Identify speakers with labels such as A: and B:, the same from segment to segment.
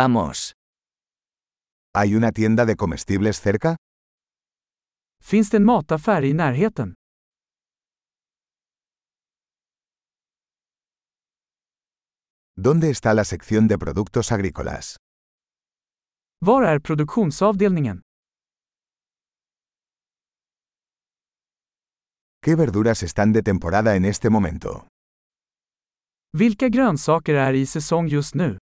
A: Vamos.
B: ¿Hay una tienda de comestibles cerca?
C: Finns det en mataffär i närheten?
B: ¿Dónde está la sección de productos agrícolas?
C: Var är produktionsavdelningen?
B: ¿Qué verduras están de temporada en este momento?
C: Vilka grönsaker är i säsong just nu?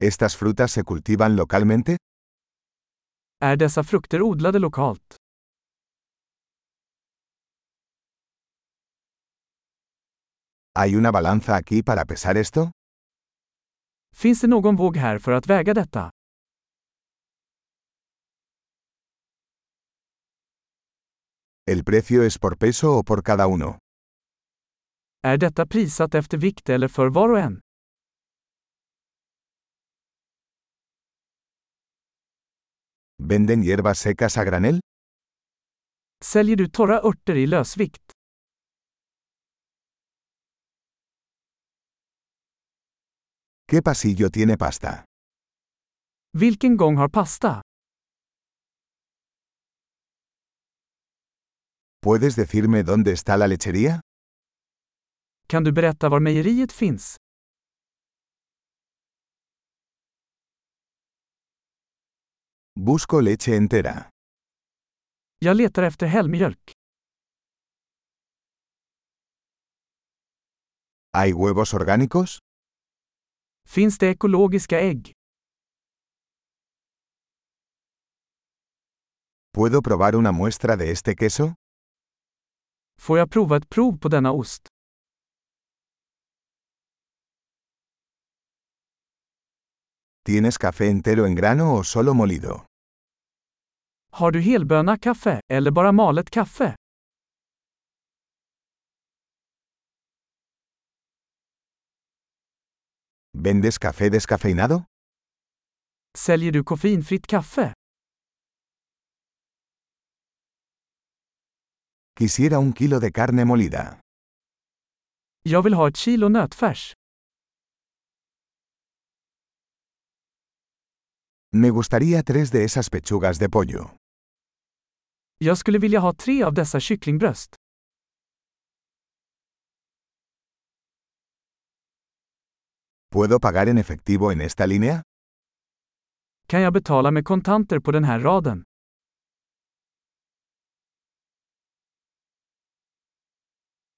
B: ¿Estas frutas se cultivan localmente?
C: Är dessa frukter odlade lokalt?
B: ¿Hay una balanza aquí para pesar esto?
C: Finns det någon våg här för att väga detta?
B: ¿El precio es por peso o por cada uno?
C: Är detta prissatt efter vikt eller för var och en?
B: ¿Venden hierbas secas a granel?
C: Säljer du torra örter i lösvikt?
B: ¿Qué pasillo tiene pasta?
C: Vilken gång har pasta?
B: ¿Puedes decirme dónde está la lechería?
C: Kan du berätta var mejeriet finns?
B: Busco leche entera.
C: Jag letar efter helmjölk.
B: ¿Hay huevos orgánicos?
C: Finns det ekologiska ägg?
B: ¿Puedo probar una muestra de este queso?
C: Får jag prova ett prov på denna ost?
B: ¿Tienes café entero en grano o solo molido?
C: Har du helböna kaffe, eller bara malet kaffe?
B: ¿Vendes café descafeinado?
C: Säljer du koffeinfritt kaffe?
B: Quisiera un kilo de carne molida.
C: Jag vill ha ett kilo nötfärs.
B: Me gustaría tres de esas pechugas de pollo.
C: Jag skulle vilja ha tre av dessa kycklingbröst.
B: ¿Puedo pagar en efectivo en esta línea?
C: Kan jag betala med kontanter på den här raden?